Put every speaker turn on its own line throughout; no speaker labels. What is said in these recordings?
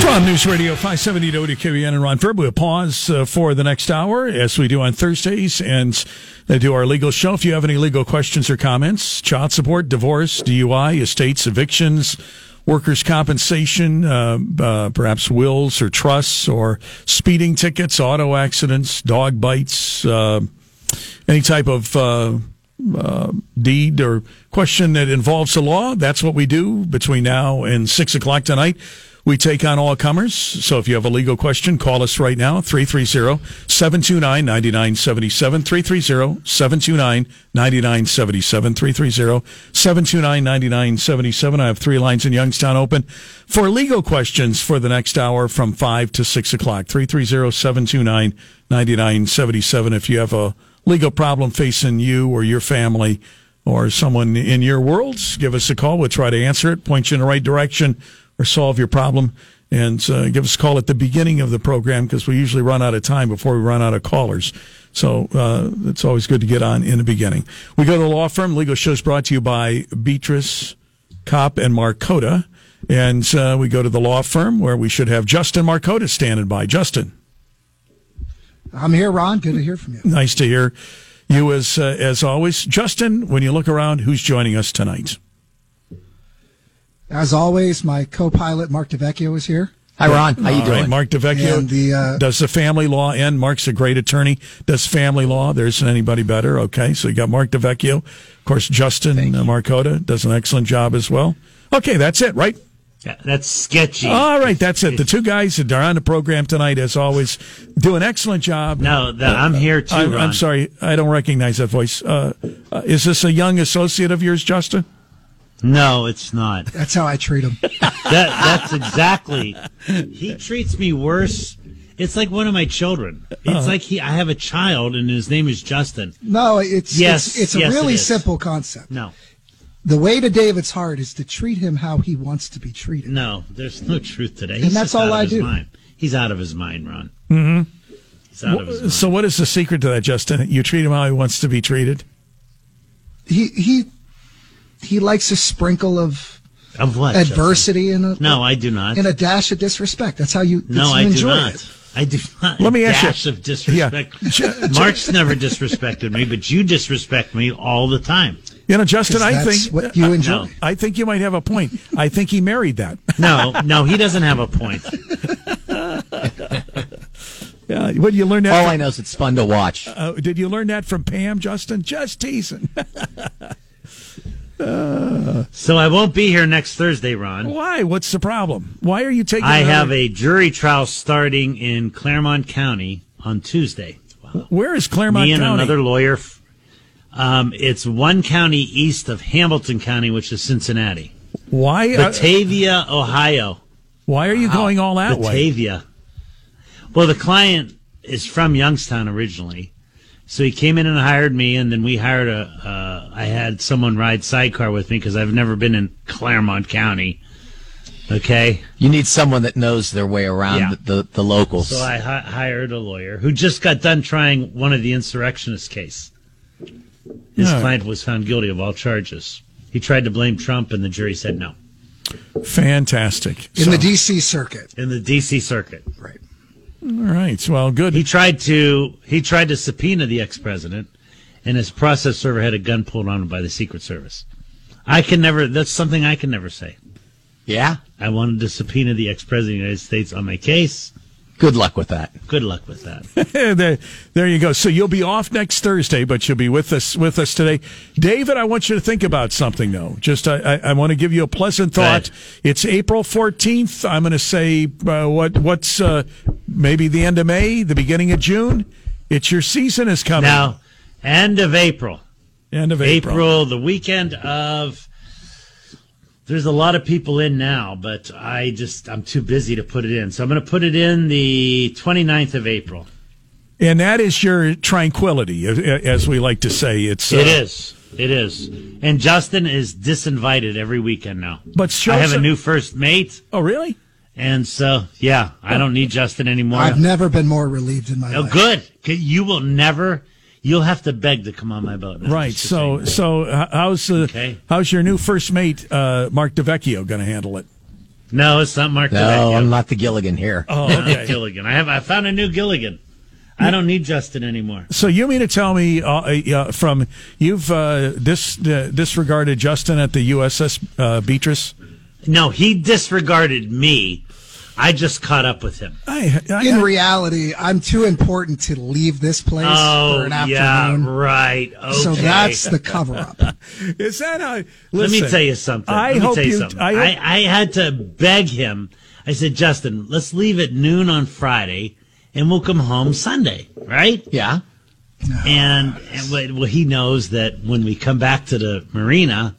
From News Radio 570 to WQBN and Ron Verb, we'll pause uh, for the next hour, as we do on Thursdays, and uh, do our legal show. If you have any legal questions or comments, child support, divorce, DUI, estates, evictions, workers' compensation, uh, uh, perhaps wills or trusts, or speeding tickets, auto accidents, dog bites, uh, any type of uh, uh, deed or question that involves the law, that's what we do between now and 6 o'clock tonight. We take on all comers. So if you have a legal question, call us right now, 330 729 9977. 330 729 9977. 330 729 9977. I have three lines in Youngstown open for legal questions for the next hour from 5 to 6 o'clock. 330 729 9977. If you have a legal problem facing you or your family or someone in your world, give us a call. We'll try to answer it, point you in the right direction, or solve your problem. And uh, give us a call at the beginning of the program because we usually run out of time before we run out of callers. So uh, it's always good to get on in the beginning. We go to the law firm. Legal shows brought to you by Beatrice Cop and Marcota. And uh, we go to the law firm where we should have Justin Marcota standing by. Justin.
I'm here, Ron. Good to hear from you.
Nice to hear you as uh, as always, Justin. When you look around, who's joining us tonight?
As always, my co-pilot Mark DeVecchio is here.
Hi, Ron. How you
All right,
doing?
Mark DeVecchio.
And the, uh,
does the family law end? Mark's a great attorney. Does family law? There isn't anybody better. Okay, so you got Mark DeVecchio. Of course, Justin uh, Marcota does an excellent job as well. Okay, that's it, right?
Yeah, that's sketchy.
All right, that's it. The two guys that are on the program tonight, as always, do an excellent job.
no, the, I'm here too,
I'm,
Ron.
I'm sorry, I don't recognize that voice. Uh, uh, is this a young associate of yours, Justin?
No, it's not.
That's how I treat him.
That that's exactly. He treats me worse. It's like one of my children.
Uh-huh.
It's like he. I have a child, and his name is Justin.
No, it's
Yes,
it's, it's a
yes, it
really
is.
simple concept.
No,
The way to David's heart is to treat him how he wants to be treated.
no, there's no truth today. He's
And that's
just
all
out of
I
his
do.
Mind. He's out of his mind, Ron. Mm-hmm. He's out of his mind.
So, what is the secret to that, Justin? You treat him how he wants to be treated.
He he he likes a sprinkle of
of what?
adversity and a
Justin? No, I do not.
and a dash of disrespect. That's how you, that's- you
no, I do
enjoy
not.
it.
I do not.
Let me ask you-
dash of disrespect. Mark's never disrespected me, but you disrespect me all the time. Uh,
You know, Justin,
'Cause
I
that's
think
what you enjoy.
I think you might have a point. I think he married that.
No, no, he doesn't have a point.
Uh, Yeah, what did you learn
All
that?
I know is it's fun to watch.
From, uh, did you learn that from Pam, Justin? Just teasing. Uh,
Uh, So I won't be here next Thursday, Ron.
Why? What's the problem? Why are you taking?
I
another-
have a jury trial starting in Claremont County on Tuesday. Wow.
Where is Claremont
Me and
County?
another lawyer. f- Um, it's one county east of Hamilton County, which is Cincinnati.
why? uh,
Batavia, Ohio.
why are you going all that way?
Batavia. Well, the client is from Youngstown originally, so he came in and hired me, and then we hired a. Uh, I had someone ride sidecar with me because I've never been in Claremont County. Okay,
You need someone that knows their way around
Yeah.
the, the, the locals.
so I hi- hired a lawyer who just got done trying one of the insurrectionist case. His
Yeah.
client was found guilty of all charges. He tried to blame Trump, and the jury said no
Fantastic.
In
So-
the D.C. circuit,
in the D.C. Circuit.
right?
all right. Well, good.
He tried to he tried to subpoena the ex president, and his process server had a gun pulled on him by the Secret Service. I can never. That's something I can never say.
yeah?
I wanted to subpoena the ex president of the United States on my case.
Good luck with that.
Good luck with that.
there, there you go. So you'll be off next Thursday, but you'll be with us with us today, David. I want you to think about something though. Just I, I, I want to give you a pleasant thought.
Right.
It's April fourteenth. I'm going to say uh, what what's uh, maybe the end of May, the beginning of June. It's your season is coming.
now, end of April.
end of April.
April. the weekend of. There's a lot of people in now, but I just I'm too busy to put it in. So I'm going to put it in the 29th of April.
and that is your tranquility, a- a- as we like to say. It's uh,
It is. It is. And Justin is disinvited every weekend now.
But show
I have a
some-
new first mate,
Oh, really?
and so yeah, I don't need Justin anymore.
I've never been more relieved in my
oh,
life.
good. 'Kay, You will never. You'll have to beg to come on my boat. now.
Right.
It's the
So
same.
so uh, how's uh,
Okay.
how's your new first mate, uh, Mark DeVecchio, going to handle it?
No, it's not Mark.
No, I'm not the Gilligan here.
Oh,
Okay.
okay.
Gilligan. I have. I found a new Gilligan. I don't need Justin anymore.
So you mean to tell me uh, uh, from you've uh, dis, uh, disregarded Justin at the USS uh, Beatrice?
No, he disregarded me. I just caught up with him.
I, I,
In reality, I'm too important to leave this place for
Oh,
an
yeah,
afternoon.
right. Okay.
So that's the cover up.
is that how?
Let me
listen,
tell you something.
I
Let me
hope
tell you,
you-
something.
I
I,
hope-
I, had to beg him. I said, Justin, let's leave at noon on Friday, and we'll come home Sunday, right?
yeah.
and, and what- well, he knows that when we come back to the marina,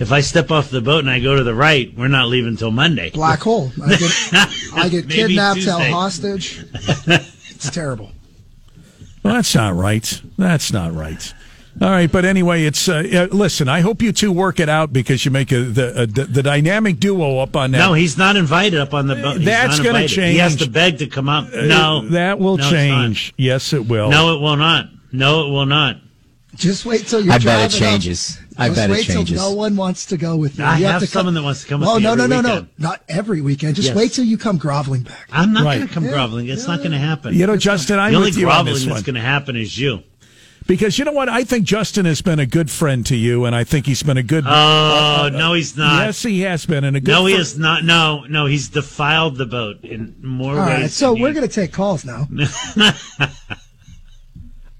if I step off the boat and I go to the right, we're not leaving till Monday.
Black hole. I get, I get
Maybe
kidnapped, held
Tuesday.
hostage. It's terrible.
Well, that's not right. That's not right. All right, but anyway, it's uh, yeah, listen. I hope you two work it out because you make a, the, a, the dynamic duo up on that.
No, he's not invited up on the boat. He's
That's
not
gonna
invited. He has
change. Uh,
to beg to come up. No,
that will
No, it's
change. Yes, it will.
not. No, it will not. No, it will not.
Just wait till you're
I bet it
driving up.
changes. I
Just
bet it
wait till
changes.
no one wants to go with you.
I
you
have
to
someone that wants to come with
No,
me
no,
every
no, no, no.
weekend.
Not every weekend. Just
Yes.
wait till you come groveling back.
I'm not
Right.
going to come groveling. It's not going to happen.
you know, Justin, I'm
the only
with you on this
groveling
one
that's going to happen is you.
because you know what? I think Justin has been a good friend to you, and I think he's been a good.
Oh no, he's not.
yes, he has been, and a good.
no, he
fri-
is not. No, no, he's defiled the boat in more
All
ways.
right. So
than
we're
you-
going to take calls now.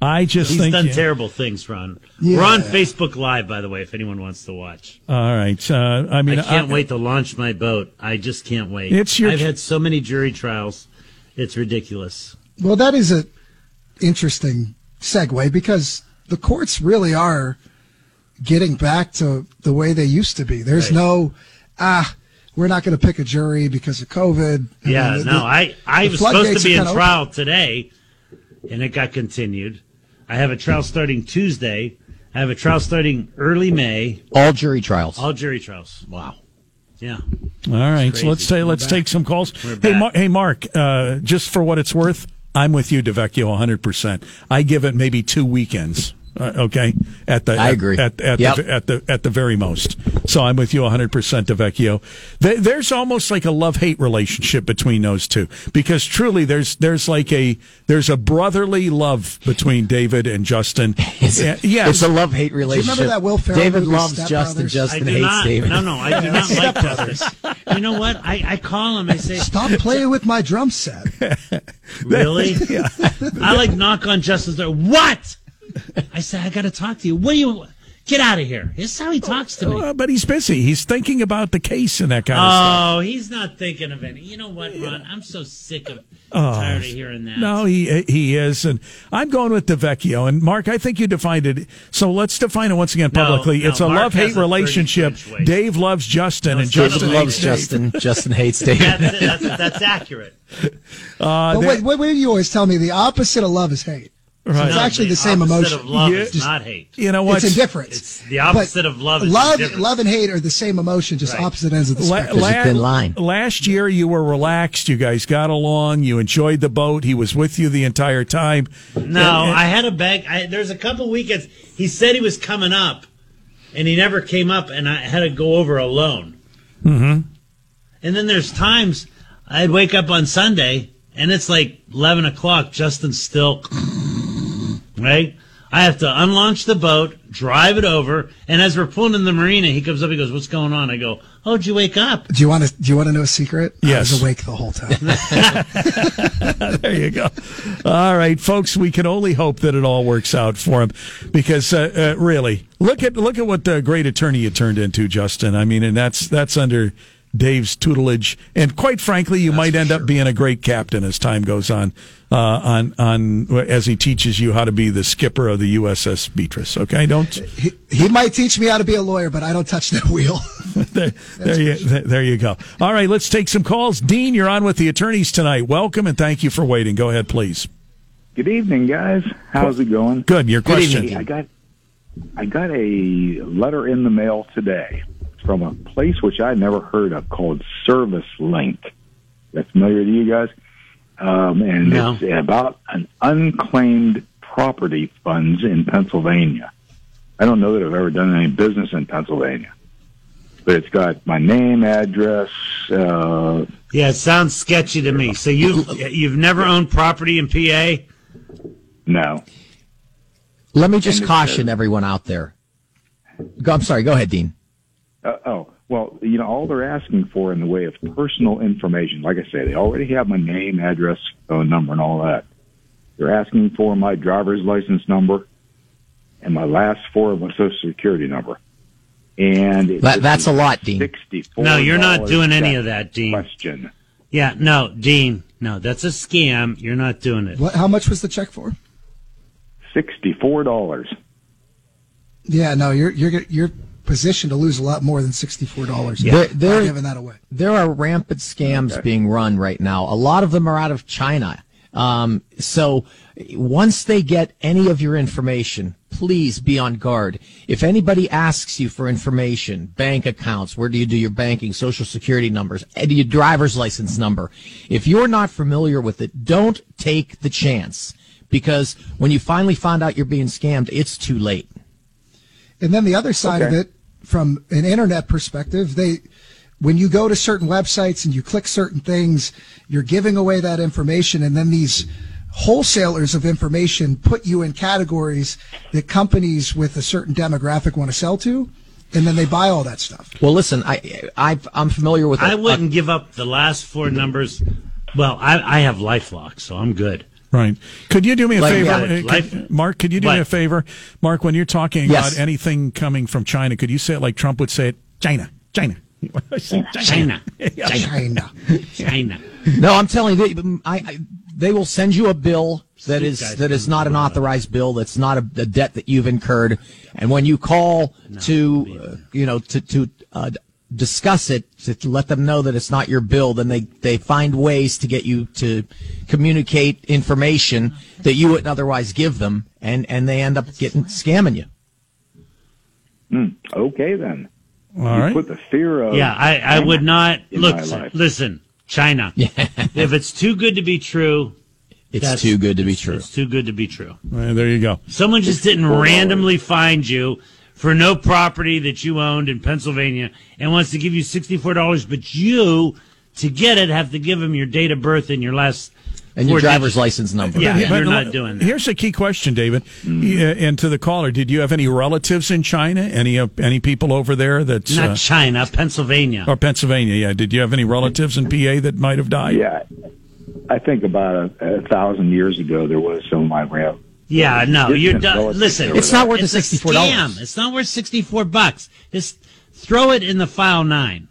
I just
He's
think
done
you-
terrible things, Ron.
Yeah.
We're on Facebook Live, by the way, if anyone wants to watch.
All right. Uh, I mean,
I can't wait to launch my boat. I just can't wait.
It's your-
I've had so many jury trials. It's ridiculous.
Well, that is a interesting segue because the courts really are getting back to the way they used to be. There's
Right.
no ah, we're not going to pick a jury because of COVID. I
Yeah,
mean, the-
no, I, I
the
was supposed
floodgates
to be
are
in
kinda
trial today, and it got continued. I have a trial starting Tuesday. I have a trial starting early May.
All jury trials.
All jury trials.
wow.
Yeah.
All right, so
crazy.
let's say let's take some calls. Hey,
back.
Mar- hey, Mark. Uh, just for what it's worth, I'm with you, Devecchio, 100. percent I give it maybe two weekends. Uh, okay, at the
I agree.
at at,
Yep.
the, at the at the very most. So I'm with you 100 percent, Devecchio. Th- There's almost like a love hate relationship between those two because truly there's there's like a there's a brotherly love between David and Justin.
It's,
Yeah,
a-
yeah.
it's a love hate relationship.
that Will Ferrell
David
movie,
loves
Step
Justin.
Brothers?
I
Justin
do
hates
not.
David.
No, no, I do not like Justin. You know what? I, I call him. I say,
Stop playing with my drum set.
Really? I like knock on Justin's door. What? I said, I got to talk to you. What do you? Get out of here. This is how he talks to me.
Uh, but he's busy. He's thinking about the case and that kind of stuff.
Oh, he's not thinking of any. You know what, Ron? I'm so sick of, tired of hearing that.
Oh, No, he he is, and I'm going with DeVecchio. And Mark, I think you defined it. So let's define it once again
No,
publicly.
no,
it's a
Mark
love hate
has a
relationship.
30 inch waist.
Dave loves Justin, and
it's not
Justin
David loves
hates Dave.
Justin. Justin hates David.
That's, it. that's, that's accurate.
Uh,
but wait, wait, wait, you always tell me the opposite of love is hate. So
Right.
it's
No,
actually the, same
opposite
emotion.
Of love
Yeah.
is
Just-
not hate.
You know what?
It's indifference.
It's the opposite of love is
love,
indifference.
love and hate are the same emotion, just
Right.
opposite ends of the
La-
spectrum.
la-
thin line.
Last year, you were relaxed. You guys got along. You enjoyed the boat. He was with you the entire time.
No, I had a bag. I, there's a couple weekends. He said he was coming up, and he never came up, and I had to go over alone. Mm-hmm. And then there's times I'd wake up on Sunday, and it's like 11 o'clock. Justin's still right. I have to unlaunch the boat, drive it over, and as we're pulling in the marina, he comes up. He goes, "What's going on?" I go, "Oh, did you wake up?"
Do you want to? Do you want to know a secret?
Yes.
I was awake the whole time.
There you go. All right, folks, we can only hope that it all works out for him because uh, uh, really, look at look at what the great attorney you turned into, Justin. I mean, and that's that's under Dave's tutelage, and quite frankly, you might end up being a great captain as time goes on. Uh, on on as he teaches you how to be the skipper of the USS Beatrice. Okay, don't
he, he might teach me how to be a lawyer, but I don't touch that wheel.
there, there you there, there you go. All right, let's take some calls. Dean, you're on with the attorneys tonight. Welcome and thank you for waiting. Go ahead, please.
Good evening, guys. How's it going?
Good. Your
Good evening,
question.
Dean.
Hey, I got I got a letter in the mail today from a place which I never heard of called Service Link. That familiar to you guys? Um, and
No.
it's about an unclaimed property funds in Pennsylvania. I don't know that I've ever done any business in Pennsylvania. but it's got my name, address. Uh,
Yeah, it sounds sketchy to me. So you've you've never owned property in PA?
no,
Let me just
And it
caution everyone out there. Go, I'm sorry. Go ahead, Dean.
Uh, oh, well, you know, all they're asking for in the way of personal information, like I say, they already have my name, address, phone number, and all that. They're asking for my driver's license number and my last four of my social security number. And it-
That, that's a lot, Dean.
$64
No, you're not doing any of that, Dean.
Question.
Yeah, no, Dean. No, that's a scam. You're not doing it.
What, how much was the check for?
Sixty-four dollars.
Yeah, no, you're you're you're positioned to lose a lot more than sixty four dollars.
There- there-
giving that away.
There are rampant scams being run right now. A lot of them are out of China. Um, so once they get any of your information, please be on guard. If anybody asks you for information, bank accounts, where do you do your banking, social security numbers, and your driver's license number, if you're not familiar with it, don't take the chance because when you finally find out you're being scammed, it's too late.
And then the other side of it, from an internet perspective, they, when you go to certain websites and you click certain things, you're giving away that information, and then these wholesalers of information put you in categories that companies with a certain demographic want to sell to, and then they buy all that stuff.
Well, listen, I, I I'm familiar with.
I
a- a-
wouldn't give up the last four numbers. Well, I, I have LifeLock, so I'm good.
Right. Could you do me a
Like,
favor,
yeah,
Uh, could-
life-
Mark? Could you do me a
Life.
favor, Mark? When you're talking
Yes.
about anything coming from China, could you say it like Trump would say it? China, China,
China,
China.
China.
No, I'm telling you, they, I, I, they will send you a bill that is that is not an authorized bill. That's not a, a debt that you've incurred. And when you call to, uh, you know, to to uh, discuss it, to let them know that it's not your bill, then they they find ways to get you to communicate information that you wouldn't otherwise give them, and and they end up getting scamming you.
Hmm, Okay, then.
All
you
right.
Put the fear of
Yeah, I, I would not
In
look.
my life.
Listen, China. if it's too good to be true,
It's
That's-
too good to be true.
it's too good to be true.
Uh, there you go.
Someone just didn't randomly find you for no property that you owned in Pennsylvania and wants to give you $64, but you, to get it, have to give them your date of birth and your last.
And your
four
driver's
digits.
license number.
Yeah,
But
you're
the-
not doing that.
Here's a key question, David, Yeah, and to the caller: Did you have any relatives in China? Any uh, any people over there that's
Not
uh,
China, Pennsylvania.
or Pennsylvania? Yeah. Did you have any relatives in PA that might have died?
Yeah, I think about a, a thousand years ago there was some of my rap.
Yeah, no,
It's
you're
been
done.
relative
Listen,
It's
not worth the
a
$64.
scam. It's not worth sixty-four bucks. Just throw it in the file nine.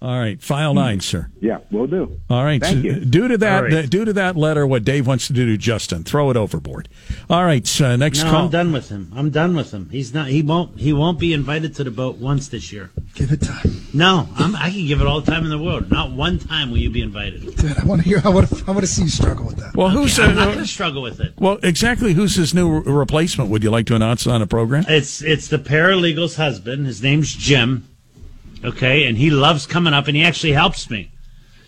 All right. File nine, sir.
Yeah, will do.
All right.
Thank
so
you.
Due to that,
All right.
due to that letter, what Dave wants to do to Justin, throw it overboard. All right. So next
No,
call.
I'm done with him. I'm done with him. He's not. He won't. He won't be invited to the boat once this year.
Give it time,
No, I'm, I can give it all the time in the world. Not one time will you be invited.
dude. I want to hear. I want to. I want to see you struggle with that.
Well, who's
I'm not going
uh,
to struggle with it.
well exactly who's his new re- replacement? Would you like to announce on a program?
It's it's the paralegal's husband. His name's Jim. Okay, and he loves coming up, and he actually helps me.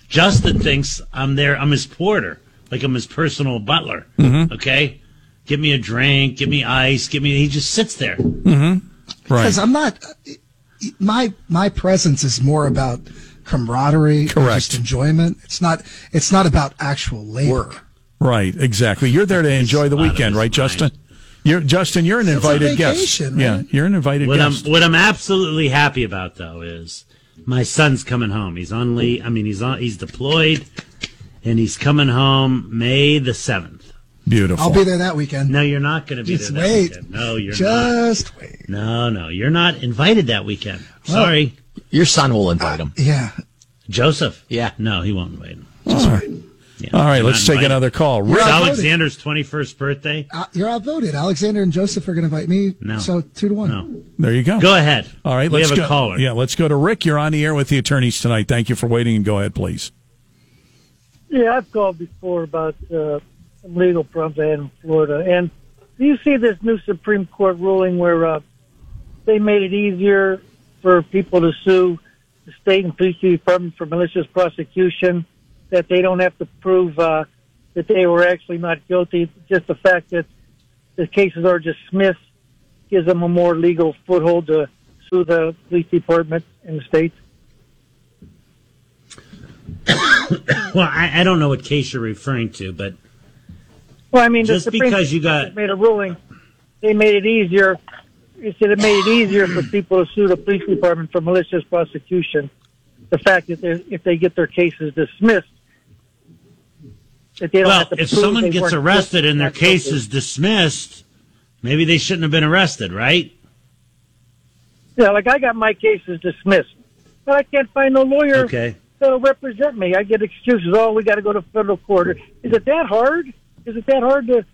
Justin thinks I'm there. I'm his porter, like I'm his personal butler.
Hmm? Mm-hmm.
Okay, give me a drink, give me ice, give me. He just sits there.
Mm-hmm. Right.
because I'm not. My my presence is more about camaraderie, and
Correct.
just enjoyment. It's not. It's not about actual labor.
Right. Exactly. You're there to enjoy the
out of
weekend,
his
right,
mind.
Justin? You're Justin. You're an
a
invited guest.
vacation,
Yeah.
man.
You're an invited
What I'm
guest.
what I'm absolutely happy about though is my son's coming home. He's on leave. I mean, he's on. He's deployed, and he's coming home May the seventh.
Beautiful.
I'll be there that weekend.
No, you're not going to be
Just
there. that
wait.
weekend. No, you're not.
Just wait.
No, no, you're not invited that weekend. Sorry,
Your son will invite him.
Yeah.
Joseph.
Yeah.
No, he won't invite him.
All right. All right. Let's take
invited.
another call. Rick,
It's
Outvoted.
Alexander's twenty-first birthday.
Uh, you're outvoted. Alexander and Joseph are going to invite me.
No.
So two to one.
No,
there you go.
go ahead.
All right.
we
Let's
have
go.
a caller.
Yeah. Let's go to Rick. You're on the air with the attorneys tonight. Thank you for waiting. And go ahead, please.
Yeah, I've called before about uh, some legal problems I had in Florida. And do you see this new Supreme Court ruling where uh, they made it easier for people to sue the state and police department for malicious prosecution, that they don't have to prove uh, that they were actually not guilty. Just the fact that the cases are dismissed gives them a more legal foothold to through the police department in the states?
Well, I, I don't know what case you're referring to, but
Well, I mean,
Just
the Supreme
because you got-
Court made a ruling, they made it easier. You said it made it easier for people to sue the police department for malicious prosecution. The fact that they, if they get their cases dismissed, that they don't
well,
have to
if
prove
someone
they
gets
weren't
arrested and their
guilty,
case is dismissed, maybe they shouldn't have been arrested, right?
yeah, like I got my cases dismissed, but I can't find no lawyer
Okay.
to represent me. I get excuses. Oh, we got to go to federal court. Is it that hard? Is it that hard to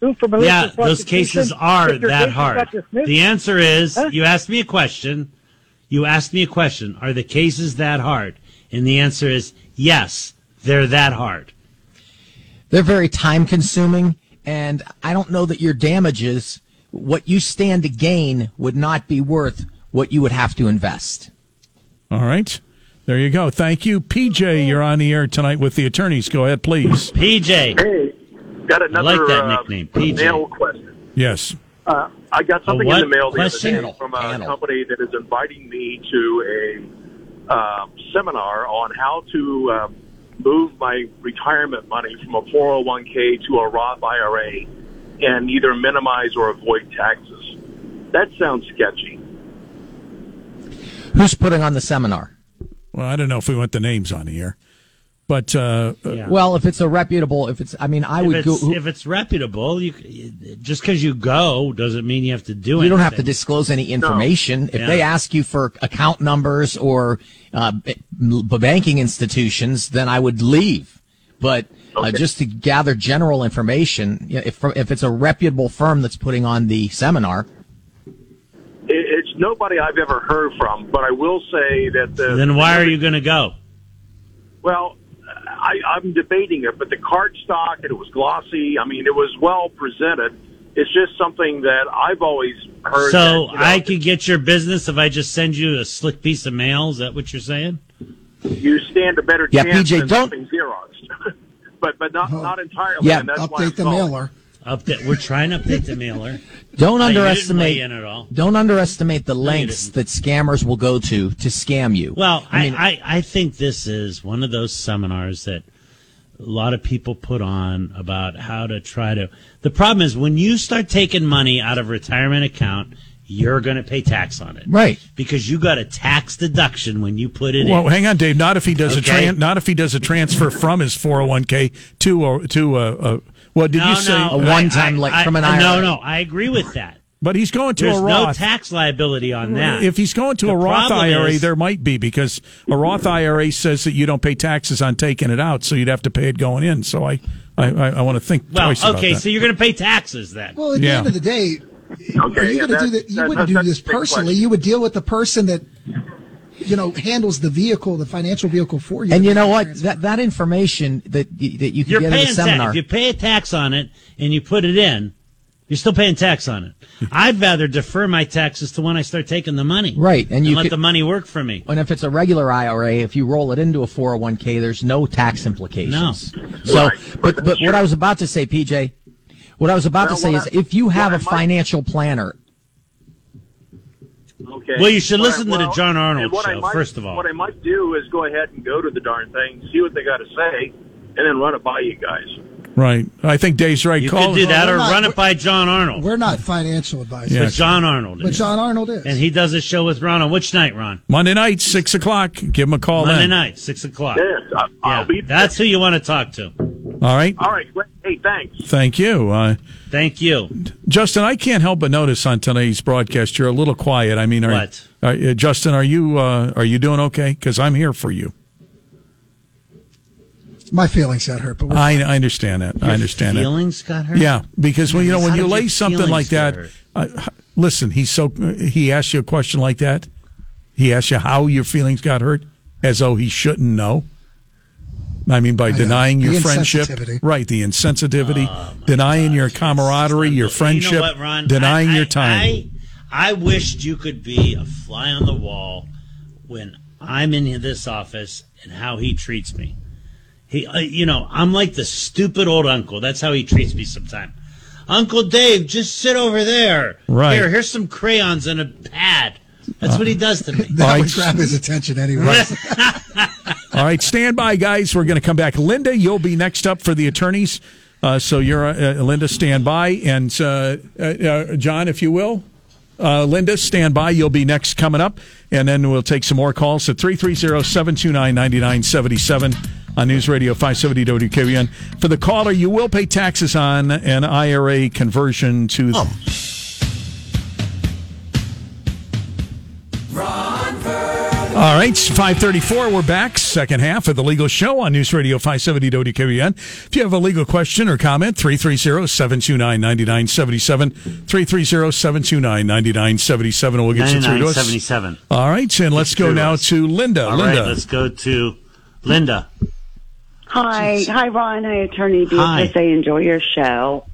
sue for malicious
Yeah, those cases
prosecution
are
if your
that
case is not
hard.
dismissed?
The answer is
Huh?
you asked me a question. You asked me a question. Are the cases that hard? And the answer is yes, they're that hard.
They're very time consuming, and I don't know that your damages, what you stand to gain, would not be worth what you would have to invest.
All right. There you go. Thank you. PJ, you're on the air tonight with the attorneys. Go ahead, please.
PJ,
Hey, got another
like that
uh,
nickname, PJ.
mail question.
Yes.
Uh, I got something
what
in the mail the
question?
other day from a
Panel.
company that is inviting me to a um, seminar on how to um, move my retirement money from a 401k to a Roth IRA and either minimize or avoid taxes. That sounds sketchy.
Who's putting on the seminar?
Well, I don't know if we want the names on the air, but uh,
Yeah.
Well, if it's a reputable, if it's, I mean, I
if
would go.
it's, if it's reputable, you, c- just because you go doesn't mean you have to do it.
you don't have to disclose any information. If
Yeah.
they ask you for account numbers or uh, b- m- banking institutions, then I would leave. But uh, just to gather general information, you know, if if it's a reputable firm that's putting on the seminar,
It, it's nobody I've ever heard from, but I will say that the
Then why are you going to go?
Well, I, I'm debating it, but the card stock and it was glossy. I mean, it was well presented. It's just something that I've always heard.
So
that, you know,
I could get your business if I just send you a slick piece of mail. Is that what you're saying?
you stand a better
Yeah,
chance
PJ,
than
don't-
something Xerox, but but not not entirely.
Yeah,
and that's why I'm
Update the
calling.
mailer.
Update. We're trying to update the mailer.
don't
Hey, you didn't
underestimate.
weigh in at all.
Don't underestimate the lengths
didn't.
that scammers will go to to scam you.
Well, I,
I mean-
I, I, think this is one of those seminars that a lot of people put on about how to try to. The problem is when you start taking money out of a retirement account, you're going to pay tax on it,
Right.
Because you got a tax deduction when you put it
well,
in.
hang on, Dave. Not if he does
Okay.
a tran- not if he does a transfer from his 401k to a, to a, a well, did you say?
A one-time, like,
I-
from an
I- No,
IRA.
no, I agree with that.
but he's going to
There's
a
no
Roth.
tax liability on that.
if he's going to
The
a Roth
problem
IRA,
is-
there might be because a Roth IRA says that you don't pay taxes on taking it out, so you'd have to pay it going in. So I I, I, I want to think
well,
twice about
okay,
that.
so you're going to pay taxes then.
Well, at
Yeah.
the end of the day, are
Okay,
you
yeah,
going to
that-
do that? You
that-
wouldn't do
that's
this
a big
personally.
question.
You would deal with the person that you know handles the vehicle, the financial vehicle for you.
and you know what? That that information that y- that you can
You're
get at
paying
a
tax.
seminar.
If you pay a tax on it and you put it in, you're still paying tax on it. I'd rather defer my taxes to when I start taking the money.
Right, and
than
you
let
could-
the money work for me.
And if it's a regular IRA, if you roll it into a 401k, there's no tax implications. So,
Right.
but, but what I was about to say, PJ, what I was about
Well,
to say
what
is
I-
if you have
what I
a
might-
financial planner,
Okay.
Well, you should
What I-
listen to the
well,
John Arnold
and what I
show,
might-
first of all.
What I might do is go ahead and go to the darn thing, see what they got to say, and then run it by you guys.
right. I think Dave's right.
You
Call-
could do that
we're
or
not-
run it by John Arnold.
We're not financial advisors,
Yeah.
But John Arnold.
but
is.
John Arnold is.
and he does a show with Ron on which night, Ron?
Monday night, six o'clock. Give him a call.
Monday
then.
night, 6 o'clock.
Yes, I,
Yeah,
I'll be.
that's who you want to talk to.
All right.
All right. great. Hey, thanks.
Thank you. Uh,
Thank you.
Justin, I can't help but notice on today's broadcast you're a little quiet. I mean, are,
What?
are- uh, Justin, are you uh, are you doing okay? Because I'm here for you.
My feelings got hurt, but we're,
I, I understand that. I understand that.
Feelings got hurt?
Yeah, because when you know
How
when you
did
lay
your
something
feelings
like
get
that,
hurt?
uh, h- listen. He's so he asked you a question like that. He asked you how your feelings got hurt, as though he shouldn't know. I mean, by denying
The
your friendship,
insensitivity.
right? The insensitivity, denying your camaraderie, your friendship,
Oh, You know what, Ron?
denying
I- I-
your time.
I, I wished you could be a fly on the wall when I'm in this office and how he treats me. He, uh, you know, I'm like the stupid old uncle. That's how he treats me sometimes. Uncle Dave, just sit over there.
Right.
Here, here's some crayons and a pad. That's what he does to me.
That would grab his attention anyway.
All right, stand by, guys. We're going to come back. Linda, you'll be next up for the attorneys. Uh, so you're uh, Linda, stand by, and uh, uh, uh, John, if you will. Uh, Linda, stand by. You'll be next coming up, and then we'll take some more calls at 330-729-9977 on News Radio 570 WKBN. For the caller, you will pay taxes on an IRA conversion to... All right, it's 534. We're back. Second half of the legal show on News Radio 570 WKBN. If you have a legal question or comment, 330-729-9977. 330-729-9977. We'll get you through to us.
9977.
All right, and let's go now to Linda.
All
Linda.
right, let's go to Linda.
Hi, hi, Ron. Hi, Attorney
Hi.
Beatrice. I enjoy your show.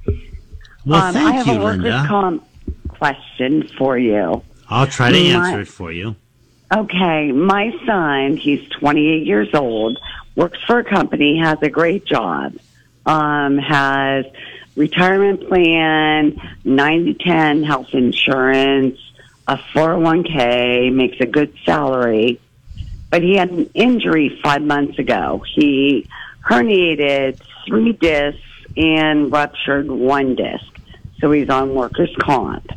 Well,
um,
thank
I have
you,
a workers'
Linda.
comp question for you.
I'll try to
My-
answer it for you.
Okay, my son, he's 28 years old, works for a company, has a great job, um, has retirement plan, 90 10 health insurance, a 401k, makes a good salary. But he had an injury five months ago. He herniated three discs and ruptured one disc. So he's on workers' comp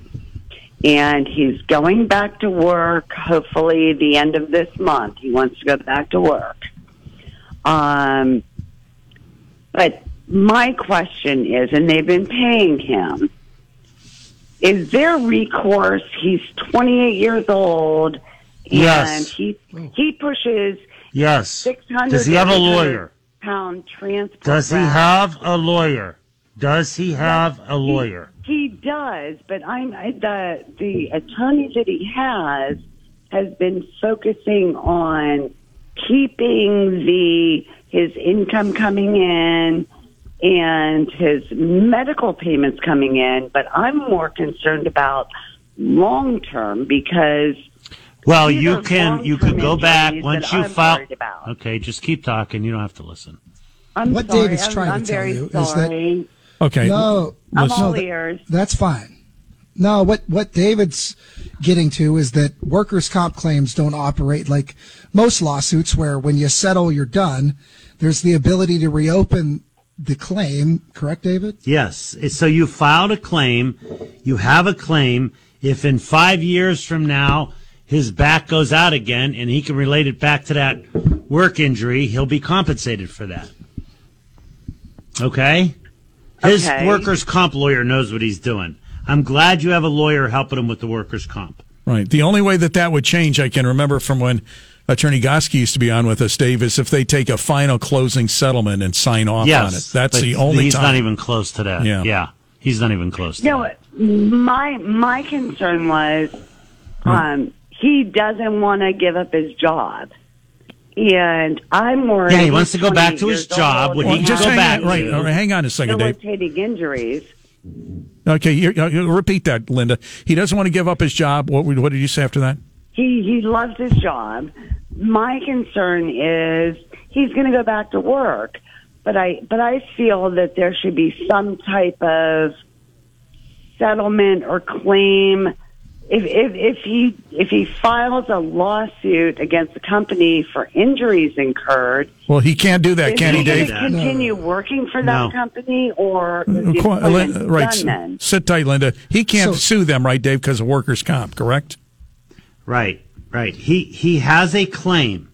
and he's going back to work hopefully the end of this month he wants to go back to work um but my question is and they've been paying him is there recourse he's 28 years old and
Yes.
he he pushes
Yes.
600
Does he have a
to 800
lawyer?
pound transport
Does he
rack.
have a lawyer? Does he have a lawyer?
He does, but I'm I, the the attorney that he has has been focusing on keeping the his income coming in and his medical payments coming in, but I'm more concerned about long term because
Well,
These
you
are
can you can
long-term
go back
injuries
once
that
you
I'm
file.
worried about.
Okay, just keep talking. You don't have to listen.
I'm
What
sorry,
David's
I'm,
trying to
I'm
tell
very
you is that-
sorry.
Okay.
no,
I'm
no,
all
that-
ears.
that's fine. No, what what David's getting to is that workers' comp claims don't operate like most lawsuits, where when you settle, you're done. There's the ability to reopen the claim. Correct, David?
Yes. It's- So you filed a claim. You have a claim. If in five years from now his back goes out again and he can relate it back to that work injury, he'll be compensated for that. Okay? His
Okay.
workers' comp lawyer knows what he's doing. I'm glad you have a lawyer helping him with the workers' comp.
Right. The only way that that would change, I can remember from when Attorney Goski used to be on with us, Dave, is if they take a final closing settlement and sign off on it.
Yes.
That's
but
the only
He's
time.
not even close to that.
Yeah.
Yeah. He's not even close to
No,
that.
my my concern was um, he doesn't want to give up his job, and I'm worried.
Yeah, he wants
he's
to go
28
back to his
years
job
old
when
Well,
and
he
just
go
hang
has
back
on, right,
to-
all right, hang on a second, Dave.
Debilitating injuries.
Okay, you, you, you- repeat that, Linda. He doesn't want to give up his job. What, what did you say after that?
He he loves his job. My concern is he's going to go back to work, but I but I feel that there should be some type of settlement or claim. If if if he if he files a lawsuit against the company for injuries incurred,
Well, he can't do that,
is
can he,
he going
Dave?
to continue working for that
No.
company or is
Uh,
the
qu-
employment
Lin- right.
done then?
s- Sit tight, Linda. He can't
So-
sue them, right, Dave, because of workers' comp, correct?
Right, right. He he has a claim.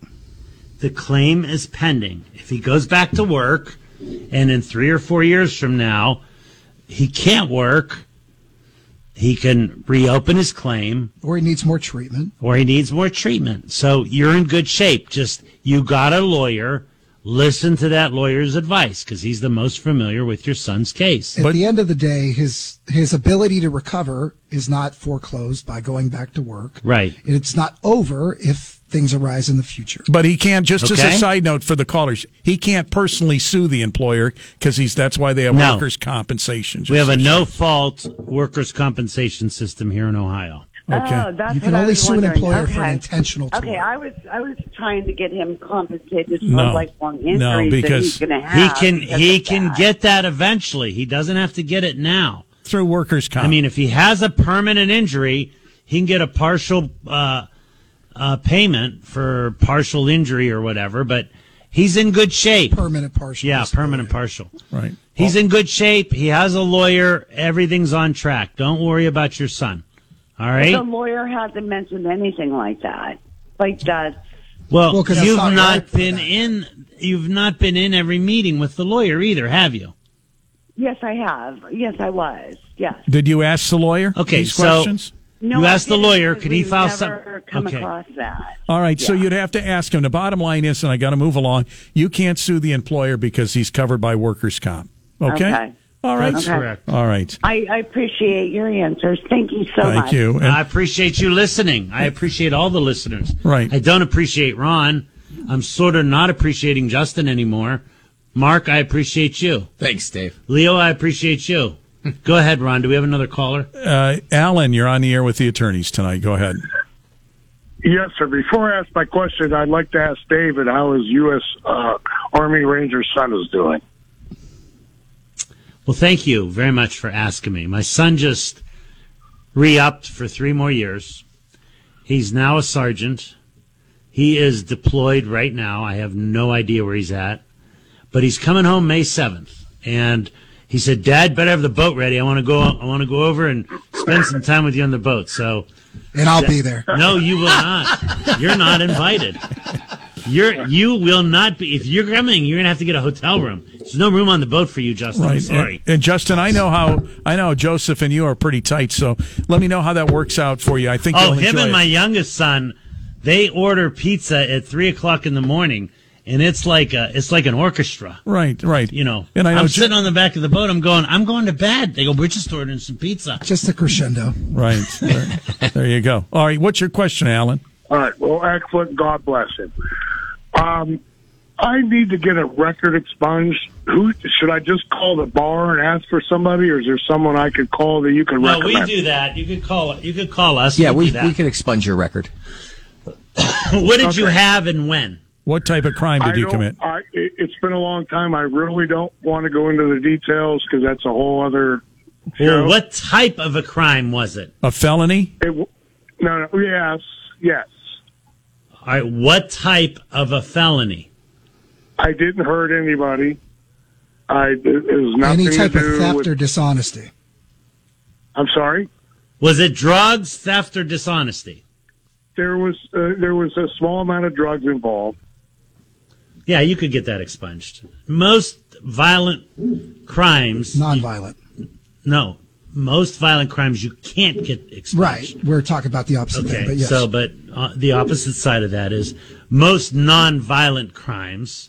The claim is pending. If he goes back to work, and in three or four years from now, he can't work, he can reopen his claim,
Or he needs more treatment.
or he needs more treatment. So you're in good shape. Just you got a lawyer. Listen to that lawyer's advice because he's the most familiar with your son's case.
At
But-
the end of the day, his his ability to recover is not foreclosed by going back to work.
Right.
And it's not over if things arise in the future.
But he can't. Just as
Okay.
a side note for the callers, he can't personally sue the employer because he's. That's why they have
No.
workers' compensation.
We have a no fault workers' compensation system here in Ohio.
Okay.
Oh, that's
You can
what I
only
was
sue an
wondering.
employer for
Okay.
an intentional tort.
Okay, I was I was trying to get him compensated for
No.
lifelong
No,
injuries that
because
he's going to
He
have.
can
because
he
of
can
that.
get that eventually. He doesn't have to get it now.
through workers' comp.
I mean, if he has a permanent injury, he can get a partial uh, uh, payment for partial injury or whatever, but he's in good shape.
Permanent partial.
Yeah, permanent partial.
Right.
He's in good shape. He has a lawyer. Everything's on track. Don't worry about your son. All right.
The lawyer hasn't mentioned anything like that. Like that.
Well,
Well, 'cause that's
you've
not
not,
right for
been
that.
in. You've not been in every meeting with the lawyer either, have you?
Yes, I have. Yes, I was. Yes.
Did you ask the lawyer
Okay,
these
so-
questions?
No,
You
I
asked the
didn't,
lawyer,
because
could he
we've
file some-
never Come
Okay.
across that.
All right, so
Yeah.
you'd have to ask him. The bottom line is, and I got to move along, you can't sue the employer because he's covered by workers' comp. Okay?
Okay.
All right.
That's correct.
All right.
I, I appreciate your answers. Thank you so
Thank
much.
you. And-
I appreciate you listening. I appreciate all the listeners.
Right.
I don't appreciate Ron. I'm sort of not appreciating Justin anymore. Mark, I appreciate you.
Thanks, Dave.
Leo, I appreciate you. Go ahead, Ron. Do we have another caller?
uh, Alan, you're on the air with the attorneys tonight. Go ahead.
Yes, sir. Before I ask my question, I'd like to ask David how his U.S. Uh, Army Ranger son is doing.
Well, thank you very much for asking me. My son just re upped for three more years. He's now a sergeant. He is deployed right now. I have no idea where he's at, but he's coming home May 7th. And he said, Dad, better have the boat ready. I want to go, I want to go over and spend some time with you on the boat. So,
And I'll be there.
no, you will not. You're not invited. You're you will not be if you're coming. You're gonna have to get a hotel room. There's no room on the boat for you, Justin. I'm
Right.
sorry.
And, and Justin, I know how I know Joseph and you are pretty tight, so let me know how that works out for you. I think
Oh,
you'll
him
enjoy
and
it.
my youngest son, they order pizza at three o'clock in the morning, and it's like a it's like an orchestra.
Right, right.
You know,
and I know
am
Jo-
sitting on the back of the boat. I'm going. I'm going to bed. They go. We're just ordering some pizza.
Just a crescendo.
Right. There, there you go. All right. What's your question, Alan?
All right. Well, excellent. God bless him. Um, I need to get a record expunged. Who should I just call the bar and ask for somebody, or is there someone I could call that you could
No, we
recommend?
do that. You could call. You could call us.
Yeah,
do
we,
that.
we could expunge your record.
What did you have and when?
What type of crime
I
did you
don't-
commit?
I, it- it's been a long time. I really don't want to go into the details because that's a whole other.
Or
show.
what type of a crime was it?
A felony?
It, w- no, no. Yes, yes.
All right, what type of a felony?
I didn't hurt anybody. I it was nothing
Any type
to
of
do
theft
with.
or dishonesty.
I'm sorry.
Was it drugs, theft, or dishonesty?
There was uh, there was a small amount of drugs involved.
Yeah, you could get that expunged. Most violent crimes,
Nonviolent.
no, most violent crimes you can't get
Right.
expunged.
We're talking about the opposite
Okay.
thing, but yes.
So, but uh, the opposite side of that is most non-violent crimes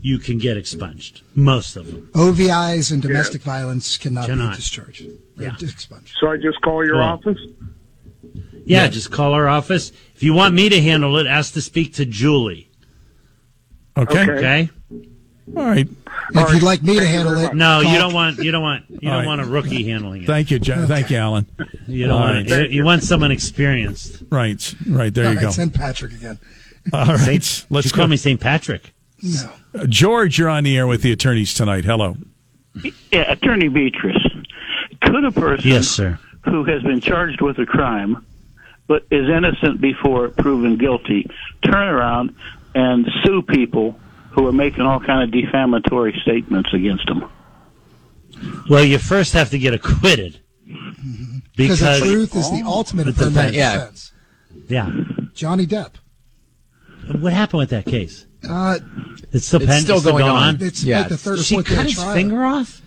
you can get expunged. Most of them.
OVIs and domestic violence cannot,
Cannot.
be discharged. or
Yeah.
expunged.
So I just call your
Cool.
office.
Yeah, just call our office. If you want me to handle it, ask to speak to Julie.
Okay.
Okay.
Okay.
All right.
And if you'd like me to handle it,
No, you
call-
don't want you don't want you
All
don't
right.
want a rookie handling it.
Thank you, jo- thank you, Alan.
You don't
All
want
right.
you, you want someone experienced.
Right, right. There
All
you
right,
go.
send Patrick again.
All right. Let's
you call
go. Uh,
me St. Patrick.
No.
George, you're on the air with the attorneys tonight. Hello.
Yeah, Attorney Beatrice, could a person
sir.
who has been charged with a crime but is innocent before proven guilty turn around and sue people who are making all kind of defamatory statements against them?
Well, you first have to get acquitted
Because
because
the truth is
Oh.
the ultimate affirmative
yeah.
defense.
yeah.
Johnny Depp.
What happened with that case?
Uh,
It's still,
It's
pen-
still going on.
it's
Yeah.
like the third or
She
fourth day
cut
of
his
trial.
finger off,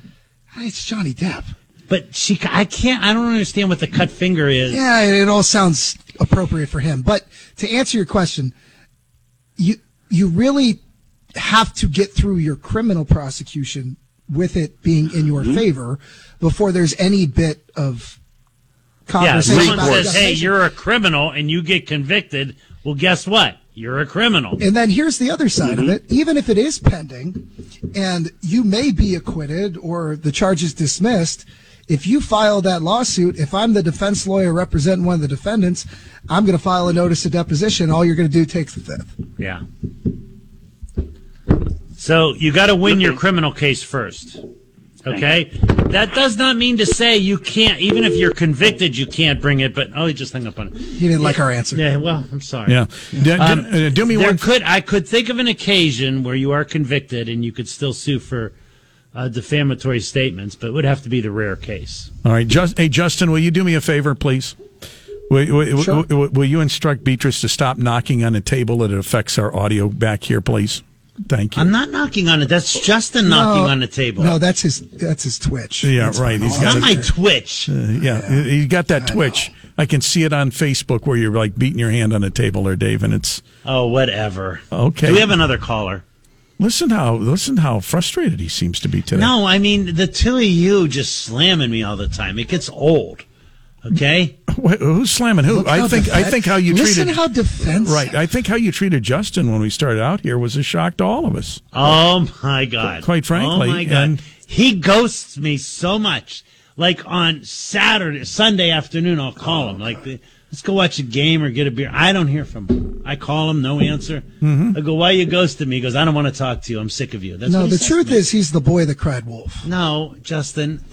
It's Johnny Depp.
but she cu- I can't. I don't understand what the cut finger is.
Yeah, it it all sounds appropriate for him. But to answer your question, you you really have to get through your criminal prosecution with it being in your
Mm-hmm.
favor before there's any bit of
Yeah,
conversation
someone
about
says, "Hey,
defamation.
you're a criminal," and you get convicted. Well, guess what? You're a criminal.
And then here's the other side of it. Even if it is pending and you may be acquitted or the charge is dismissed, if you file that lawsuit, if I'm the defense lawyer representing one of the defendants, I'm going to file a notice of deposition. All you're going to do takes the fifth.
Yeah. So you got to win your criminal case first. Okay? That does not mean to say you can't, even if you're convicted, you can't bring it. But oh, he just hung up on it.
He didn't like our answer.
Yeah, well, I'm sorry.
Yeah. D- d- uh, do me
Um, there
one-
Could I could think of an occasion where you are convicted and you could still sue for uh, defamatory statements, but it would have to be the rare case.
All right, just hey Justin, will you do me a favor, please? Will, will,
Sure.
will, will you instruct Beatrice to stop knocking on a table that it affects our audio back here, please? Thank you.
I'm not knocking on it. That's Justin knocking
No.
on the table.
No, that's his. That's his Twitch.
Yeah,
That's
right,
fine.
he's
I'll
got Uh,
not
have
my
to-
Twitch.
yeah, you got that twitch. I can see it on Facebook where you're like beating your hand on a table there, Dave, and it's
Oh, whatever.
Okay.
Do we have another caller?
listen how listen how frustrated he seems to be today.
No, I mean the two of you just slamming me all the time. It gets old. Okay.
Wh- who's slamming who?
Look
I
how
think I
defen-
think how you
listen
treated
how defensive.
right. I think how you treated Justin when we started out here was a shock to all of us.
Oh my god.
Quite frankly,
Oh my god.
and-
he ghosts me so much. Like on Saturday, Sunday afternoon, I'll call him. Like, the- let's go watch a game or get a beer. I don't hear from him. I call him, no answer.
Mm-hmm.
I go, why you ghosted me? He goes, I don't want to talk to you. I'm sick of you. That's
No,
what he
the
says
truth
to me.
is he's the boy that cried wolf.
no, Justin.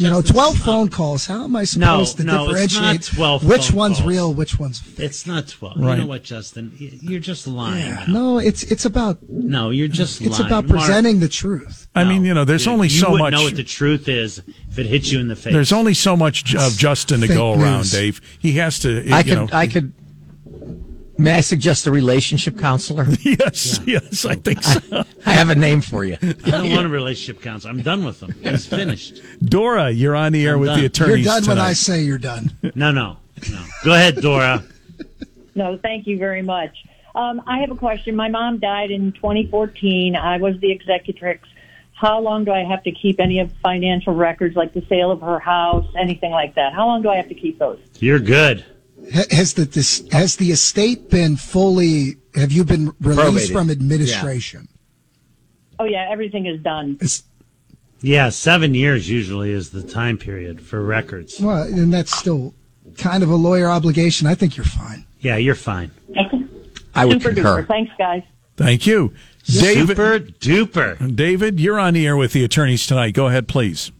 You know,
Justin,
twelve
stop.
phone calls. How am I supposed to
no, it's not
differentiate
12
which
phone
one's
calls.
real, which one's fake?
It's not twelve.
Right.
You know what, Justin? Y- You're just lying.
Yeah.
now.
No, it's it's about
No, you're just
it's
lying.
about
Mark,
presenting the truth.
I mean,
no,
you know, there's
dude,
only
you
so
wouldn't
much.
know what the truth is if it hits you in the face.
There's only so much j- of Justin to
Fake
go around,
news.
Dave. He has to.
I
you
could,
know-
I could. May I suggest a relationship counselor?
Yes, yes, I think so.
I have a name for you.
I don't want a relationship counselor. I'm done with them. It's finished.
Dora, you're on the air with
done.
the
You're
you're
attorneys
done
tonight.
when I say you're done.
No, no, no. Go ahead, Dora.
No, thank you very much. Um, I have a question. My mom died in 2014. I was the executrix. How long do I have to keep any of financial records, like the sale of her house, anything like that? How long do I have to keep those?
You're good.
Ha- Has the this, has the estate been fully? Have you been released
Probated.
from administration?
Oh yeah, everything is done.
It's,
Yeah, seven years usually is the time period for records.
well, and that's still kind of a lawyer obligation. I think you're fine.
Yeah, you're fine.
I would
Super
concur.
duper. Thanks, guys.
Thank you, David.
Super duper.
David, you're on the air with the attorneys tonight. Go ahead, please.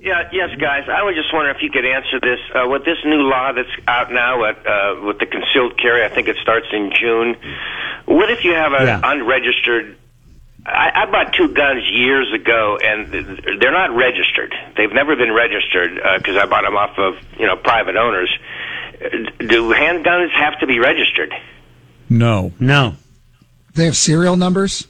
Yeah, yes, guys. I was just wondering if you could answer this. Uh, with this new law that's out now at, uh, with the concealed carry, I think it starts in June. What if you have an
Yeah.
unregistered? I, I bought two guns years ago, and th- they're not registered. They've never been registered because I bought them off of you know private owners. Uh, Do handguns have to be registered?
No.
No.
They have serial numbers.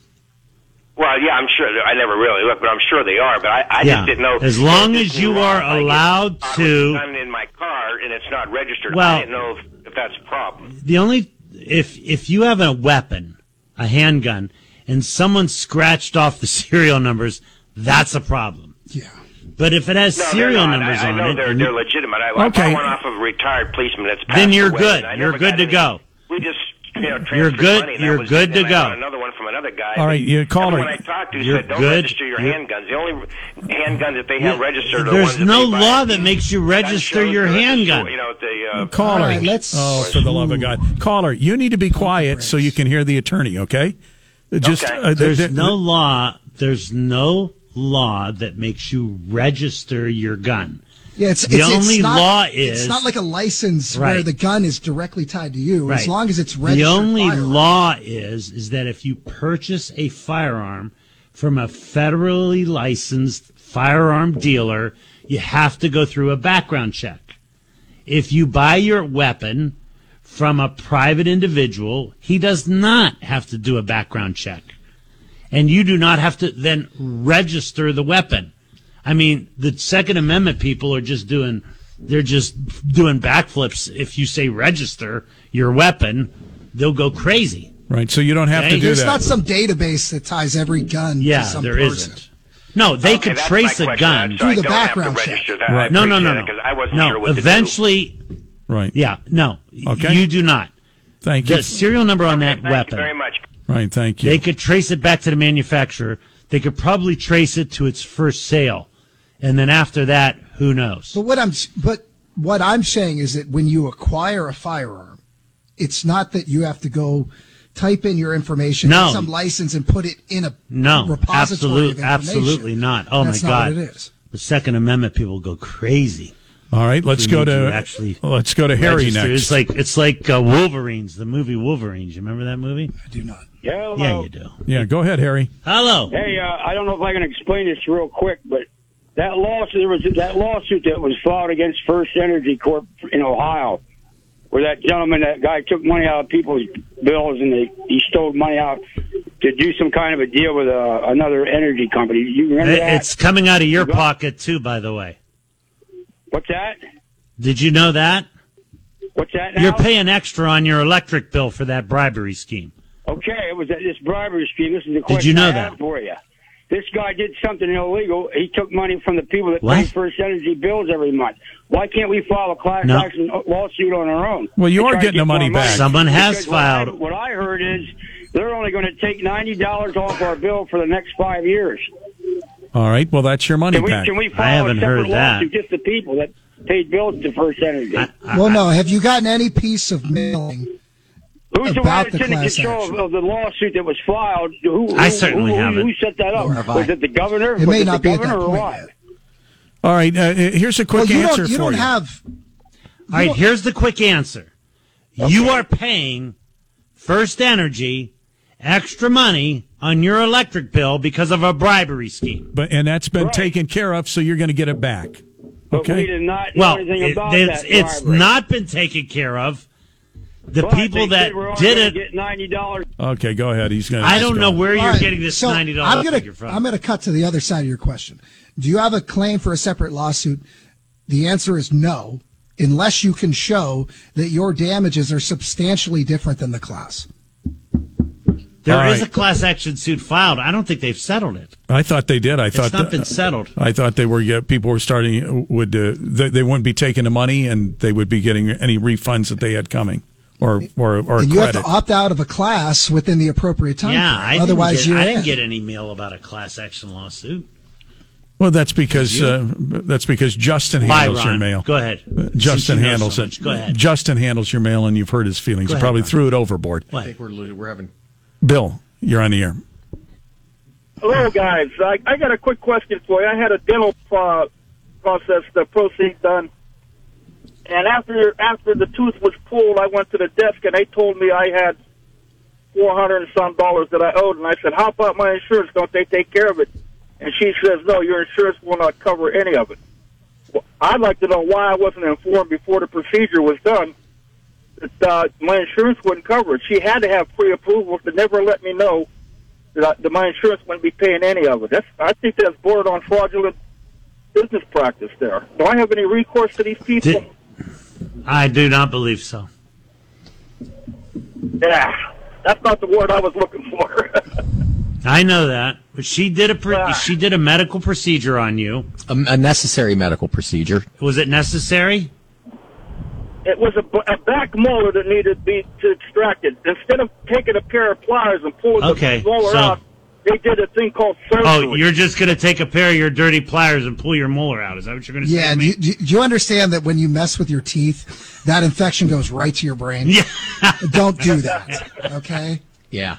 Well, yeah, I'm sure. I never really looked, but I'm sure they are. But I, I
Yeah.
just didn't know.
As long as you are
I get
allowed
caught
to-
with a gun in my car and it's not registered.
Well-
I didn't know if, if that's a problem.
The only if if you have a weapon, a handgun, and someone scratched off the serial numbers, that's a problem.
Yeah.
But if it has
No, they're
serial
not.
numbers
I, I
on
know
it,
They're,
and-
they're legitimate. I, I
Okay.
bought one off of a retired policeman that's passed
Then you're
away,
good.
and I
You're
never
good
got
to
any-
go.
We just. You know,
You're
transferred
good-
Money and that
you're
was
good
it.
to
And I got
go.
Another one from another guy.
All right, you call
Everyone
her.
I talked to
You're
said, "Don't
good.
register your
You're-
handguns. The only handguns that they have registered are ones
There's
that
no
they buy
law
at
that
the
makes you
gun
register
shows
your
or at the
handgun.
store, You know, at the uh,
Caller,
All right, let's-
oh, for the love of God, caller, you need to be quiet so you can hear the attorney. Okay, just uh,
Okay.
uh,
There's
there-
no law. There's no law that makes you register your gun.
Yeah, it's
The
it's, it's
only
not,
law
it's
is-
not like a license where
Right.
the gun is directly tied to you. As long as it's registered.
The only
firearm.
law is is that if you purchase a firearm from a federally licensed firearm dealer, you have to go through a background check. If you buy your weapon from a private individual, he does not have to do a background check. And you do not have to then register the weapon. I mean, the Second Amendment people are just doing they're just doing backflips. If you say register your weapon, they'll go crazy.
right, so you don't have to
Okay.
do
There's
that.
not some database that ties every gun. to
Yeah,
some
there
person.
not No, they
Okay,
could
that's
trace
my
a
question. I'm
gun.
sorry,
Do the
I don't have to
background check.
register that. I
Right.
No, no,
appreciate
no,
it,
no.
'cause I wasn't
no,
sure what to do.
eventually,
right.
yeah, no.
Okay.
You do not.
Thank you.
The serial number on that
Thank
weapon.
you very much.
Right. Thank you.
They could trace it back to the manufacturer. They could probably trace it to its first sale, and then after that, who knows?
But what I'm but what I'm saying is that when you acquire a firearm, it's not that you have to go type in your information,
No.
get some license, and put it in a
No,
repository of
absolute-
information.
absolutely not. Oh,
That's
my
not
God.
what it is.
The Second Amendment people go crazy.
All right, let's
We
go
need
to
actually.
Let's go to Harry
register.
next.
It's like it's like uh, Wolverines, the movie Wolverines. You remember that movie? I
do not.
Hello.
Yeah, you do.
yeah, go ahead, Harry.
Hello.
Hey, uh, I don't know if I can explain this real quick, but that lawsuit there was that lawsuit that was filed against First Energy Corp in Ohio, where that gentleman, that guy, took money out of people's bills and they, he stole money out to do some kind of a deal with uh, another energy company. You remember
It-
that?
It's coming out of your pocket too, by the way.
What's that?
Did you know that?
What's that? Now?
You're paying extra on your electric bill for that bribery scheme.
Okay, it was at this bribery scheme. This is the question
Did you know
I
that?
have for you. This guy did something illegal. He took money from the people that
What?
pay First Energy bills every month. Why can't we file a class
No.
action lawsuit on our own?
Well, you
To
are
try to
getting
get
the money
more
back. Someone has
Because what I-
filed.
What I, heard is they're only going to take ninety dollars off our bill for the next five years.
All right, well that's your money
Can we,
back.
can we file a separate lawsuit just the people that paid bills to First Energy?
well, no. Have you gotten any piece of mailing
Who's the one
about
that's
the
in the
class
control
action?
of the lawsuit that was filed? Who, who,
I certainly
who, who-
haven't.
Who set that up?
Nor have I.
Was it the governor?
It
was
may
the
not be at that
governor or
point
what?
All right, uh, here's a quick
Well, you don't-
answer
you
for
don't
you.
have-
All right, here's the quick answer. You are paying First Energy extra money on your electric bill because of a bribery scheme.
but and that's been taken care of, so you're going to get it back. Okay.
We did not know
Well,
anything
it-
about
it's,
that
it's
bribery.
not been taken care of. The
But
people
they
that
said we're only
did
gonna
it,
Get ninety dollars.
Okay, go ahead. He's going.
I don't know where
All
you're
right,
getting this
so
ninety
I'm
dollars
gonna,
figure from.
I'm going to cut to the other side of your question. Do you have a claim for a separate lawsuit? The answer is no, unless you can show that your damages are substantially different than the class.
There is
All
a
right.
class action suit filed. I don't think they've settled it.
I thought they did. I
It's
thought
not been settled.
I thought they were yeah, people were starting would uh, they, they wouldn't be taking the money and they would be getting any refunds that they had coming or or or
and you have to
credit.
opt out of a class within the appropriate time.
yeah,
frame.
I didn't,
otherwise
get,
you're
I didn't
in.
get any mail about a class action lawsuit.
well, that's because uh, that's because Justin handles
Byron,
your mail.
go ahead.
Uh,
Since you
Justin
know
handles
so
it.
much, go ahead.
Justin handles your mail, and you've heard his feelings. he
Go ahead,
probably
Ron.
threw it overboard.
I think we're, we're having
Bill, you're on the air.
Hello, guys. I, I got a quick question for you. I had a dental uh, process, the proceed done, and after after the tooth was pulled, I went to the desk and they told me I had four hundred and some dollars that I owed, and I said, "How about my insurance? Don't they take care of it?" And she says, "No, your insurance will not cover any of it." Well, I'd like to know why I wasn't informed before the procedure was done that uh, my insurance wouldn't cover it. She had to have pre-approval to never let me know that, I, that my insurance wouldn't be paying any of it. That's, I think that's bordered on fraudulent business practice there. Do I have any recourse to these people?
I do not believe so.
yeah, that's not the word I was looking for.
I know that, but she did a pre- she did a medical procedure on you.
a, a necessary medical procedure.
Was it necessary?
it was a, b- a back molar that needed to be to extracted. Instead of taking a pair of pliers and pulling
Okay,
the molar
so-
out, they did a thing called surgery.
Oh, you're just going to take a pair of your dirty pliers and pull your molar out. Is that what you're going to
Yeah,
say?
and you, you you understand that when you mess with your teeth, that infection goes right to your brain.
Yeah.
Don't do that. Okay.
Yeah.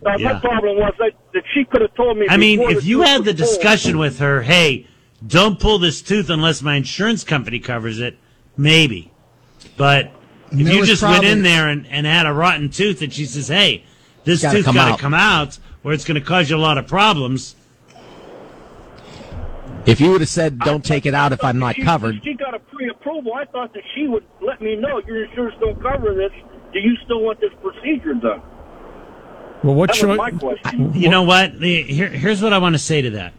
Now,
Oh, Yeah.
My problem was that, that she could have told me.
I mean,
before
if
the
you
tooth
had the
was pulled.
discussion with her, hey, don't pull this tooth unless my insurance company covers it, maybe. But
And
if
there
you
was
just went in
probably-
there and, and had a rotten tooth and she says, hey, this
Gotta
tooth
come
got
out.
to come out or it's going to cause you a lot of problems,
If you would have said, "Don't take it out if I'm not
She-
covered,"
She got a pre-approval. I thought that she would let me know your insurance don't cover this. Do you still want this procedure done?
Well, what
That was
should
my question.
you know what? The- Here, here's what I want to say to that.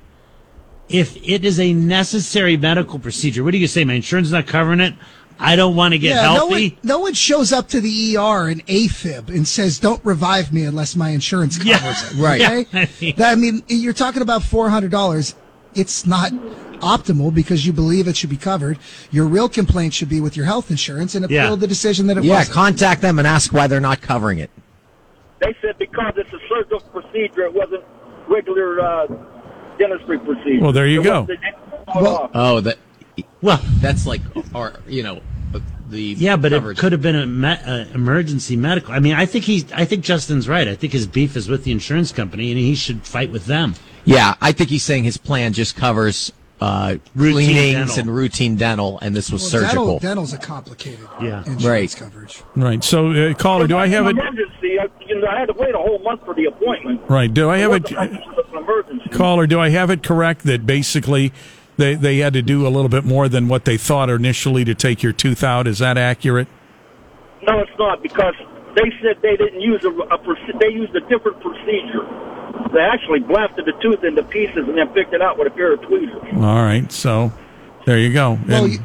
If it is a necessary medical procedure, what do you say? My insurance is not covering it. I don't want to get
yeah,
healthy.
no one, no one shows up to the ER in AFib and says, "Don't revive me unless my insurance covers it."
Right.
Okay?
I mean-
That- I mean, you're talking about four hundred dollars. It's not optimal because you believe it should be covered. Your real complaint should be with your health insurance and appeal
Yeah.
the decision that it
yeah,
wasn't.
contact them and ask why they're not covering it.
They said because it's a surgical procedure, it wasn't regular uh, dentistry procedure.
Well, there you
It
go.
was- it-
Oh, that.
Well,
that's like, or you know, the
Yeah, but
coverage.
it could have been a me- uh, emergency medical. I mean, I think he's. I think Justin's right. I think his beef is with the insurance company, and he should fight with them.
Yeah, I think he's saying his plan just covers uh,
Routine
cleanings
dental.
and routine dental, and this was
Well,
surgical.
Dental, dental's a complicated
Yeah.
insurance
Right.
coverage.
Right. So, uh, caller, do I have
an
a
emergency? I, you know, I had to wait a whole month for the appointment.
right? Do I have
It
a
wasn't- it was an emergency.
caller? Do I have it correct that basically they they had to do a little bit more than what they thought initially to take your tooth out? Is that accurate?
No, it's not because they said they didn't use a, a proce- they used a different procedure. They actually blasted the tooth into pieces and then picked it out with a pair of tweezers.
All right. So, there you go.
Well,
And-
you,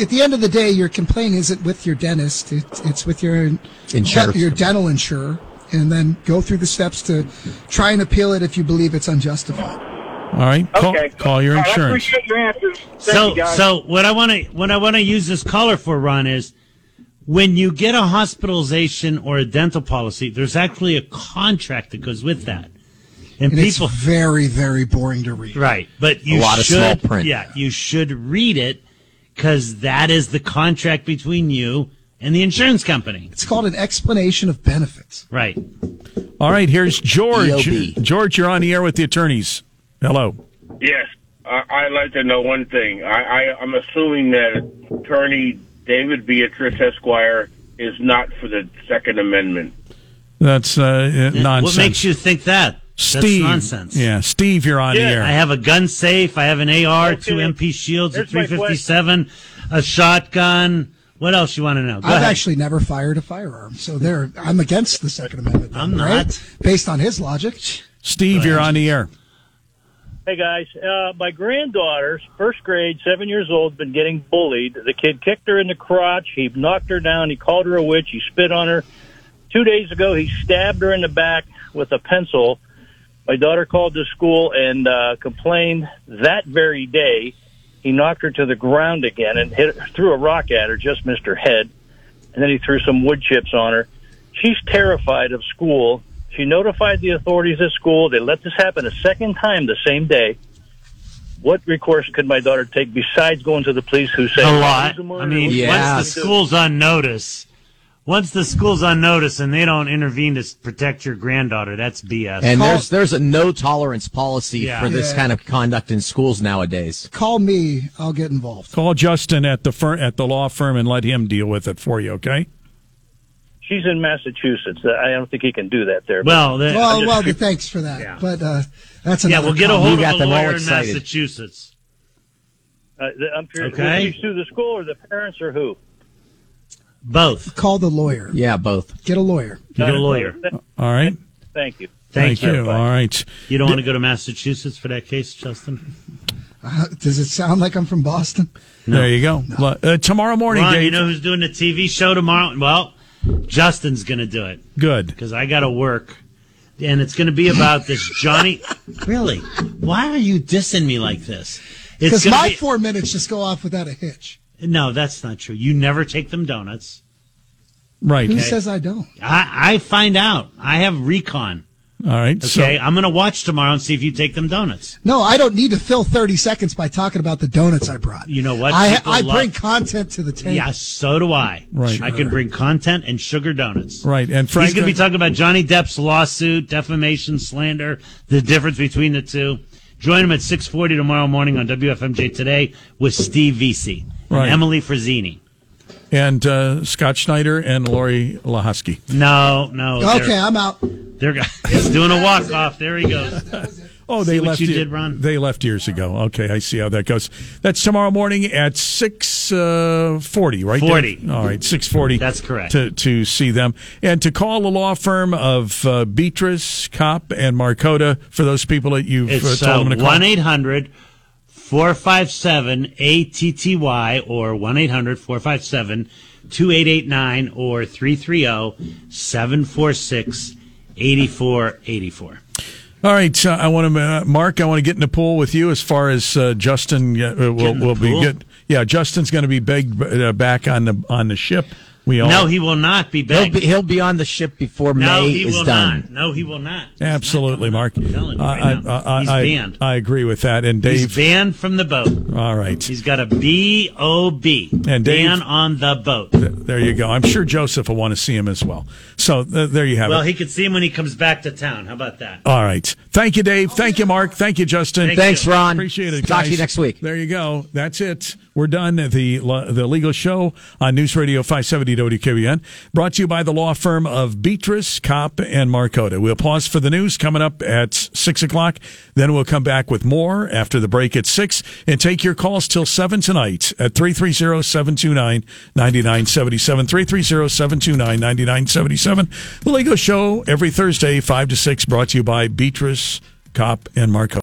at the end of the day, your complaint isn't with your dentist; it, it's with your
Insurance
your dental insurer. And then go through the steps to try and appeal it if you believe it's unjustified.
all right. Call, call your insurance.
appreciate your answers. Thank
so
you, guys.
so what I want to what I want to use this caller for, Ron, is when you get a hospitalization or a dental policy, there's actually a contract that goes with that, and,
And it's
people
very, very boring to read.
right, but you
lot of
should,
small print.
Yeah, you should read it because that is the contract between you and the insurance company.
It's called an explanation of benefits.
Right.
All right. Here's
E
George.
EOB.
George, you're on the air with the attorneys. Hello.
Yes, I, I'd like to know one thing. I, I, I'm assuming that attorney David Beatrice Esquire is not for the Second Amendment.
That's uh, uh, nonsense.
What makes you think that? That's
Steve.
nonsense.
Yeah, Steve, you're on the air.
I have a gun safe. I have an AR, two MP Shields, a
Here's my
357, a shotgun. What else you want to know? Go
I've
ahead.
actually never fired a firearm, so there I'm against the Second Amendment.
I'm not.
right? based on his logic.
Steve, you're on the air.
Hey guys, uh, my granddaughter's first grade, seven years old, been getting bullied. The kid kicked her in the crotch. He knocked her down. He called her a witch. He spit on her. Two days ago, he stabbed her in the back with a pencil. My daughter called the school and uh, complained that very day. He knocked her to the ground again and hit, threw a rock at her, just missed her head. And then he threw some wood chips on her. She's terrified of school. She notified the authorities at school. They let this happen a second time the same day. What recourse could my daughter take besides going to the police who say
a lot.
"He's a
I
murderer"?
mean, once the school's on notice, once the school's on notice and they don't intervene to s- protect your granddaughter, that's BS.
And there's there's a no tolerance policy
Yeah.
for this
Yeah.
kind of conduct in schools nowadays.
Call me, I'll get involved.
Call Justin at the fir- at the law firm and let him deal with it for you. Okay.
She's in Massachusetts. I don't think he can do that there.
Well,
But- I'm
that-
well,
just-
well, thanks for that. But uh, that's another.
Yeah, we'll get a
comment.
hold You of got a them all lawyer
We're in Massachusetts.
Uh, I'm curious.
Okay.
Did she sue the school or the parents or who?
Both.
Call the lawyer.
Yeah, both.
Get a lawyer.
You get a lawyer.
All right.
Thank you.
Thank,
Thank you. All right.
You don't want to go to Massachusetts for that case, Justin?
Uh, does it sound like I'm from Boston?
There you go. Well, Uh, tomorrow morning,
Ron,
Dave.
you know who's doing the TV show tomorrow? Well, Justin's going to do it
Good.
because I got to work. And it's going to be about this Johnny. really? Why are you dissing me like this? It's
Because
gonna
my
be-
four minutes just go off without a hitch.
No, that's not true. You never take them donuts.
Right.
Who says I don't?
I, I find out. I have recon.
All right.
Okay.
So
I'm going to watch tomorrow and see if you take them donuts.
No, I don't need to fill 30 seconds by talking about the donuts I brought.
You know what?
I,
People
I
love-
bring content to the table.
Yeah, so do I.
Right.
I can bring content and sugar donuts.
Right, and
He's going to
Franklin-
be talking about Johnny Depp's lawsuit, defamation, slander, the difference between the two. Join him at 6:40 tomorrow morning on WFMJ Today with Steve Vesey
Right.
and Emily Frazzini.
and uh, Scott Schneider and Lori Lahosky.
No, no. they're-
okay, I'm out.
They're go- he's doing a Oh, walk off. There he goes.
Oh, they
See what
left.
you
ye-
did, Ron?
They left years ago. Okay, I see how that goes. That's tomorrow morning at six uh, forty, right?
40.
Dave? All right, six forty.
That's correct.
To to see them and to call the law firm of uh, Beatrice, Cop, and Marcota for those people that you've uh,
It's
told them to call.
1 800 457 ATTY or 1 800 457 2889 or oh, 330 746 8484.
All right, uh, I want to, uh, Mark. I want to get in the pool with you as far as uh, Justin uh, will
in the
will be
pool?
good. Yeah, Justin's going to be begged uh, back on the on the ship. We all
No, he will not be
He'll
back.
be, he'll be on the ship before
no,
May
he
is
will
done.
not. No, he will not.
Absolutely, Mark. I,
right
I,
now. He's
I,
banned.
I, I agree with that. And Dave,
He's banned from the boat.
all right.
He's got a B O B.
And Dave-
ban on the boat.
There you go. I'm sure Joseph will want to see him as well. So th- there you have
Well,
it.
he could see him when he comes back to town. How about that?
All right. Thank you, Dave. Thank you, Mark. Thank you, Justin.
Thank Thanks, you. Ron.
Appreciate it.
Talk to you
guys.
next week.
There you go. That's it. We're done. The the legal show on News Radio 570 WQBN, brought to you by the law firm of Beatrice, Kopp, and Marcota. We'll pause for the news coming up at six o'clock. Then we'll come back with more after the break at six, and take your calls till seven tonight at 330-729-9977. 330-729-9977. The legal show every Thursday five to six, brought to you by Beatrice, Kopp, and Marcota.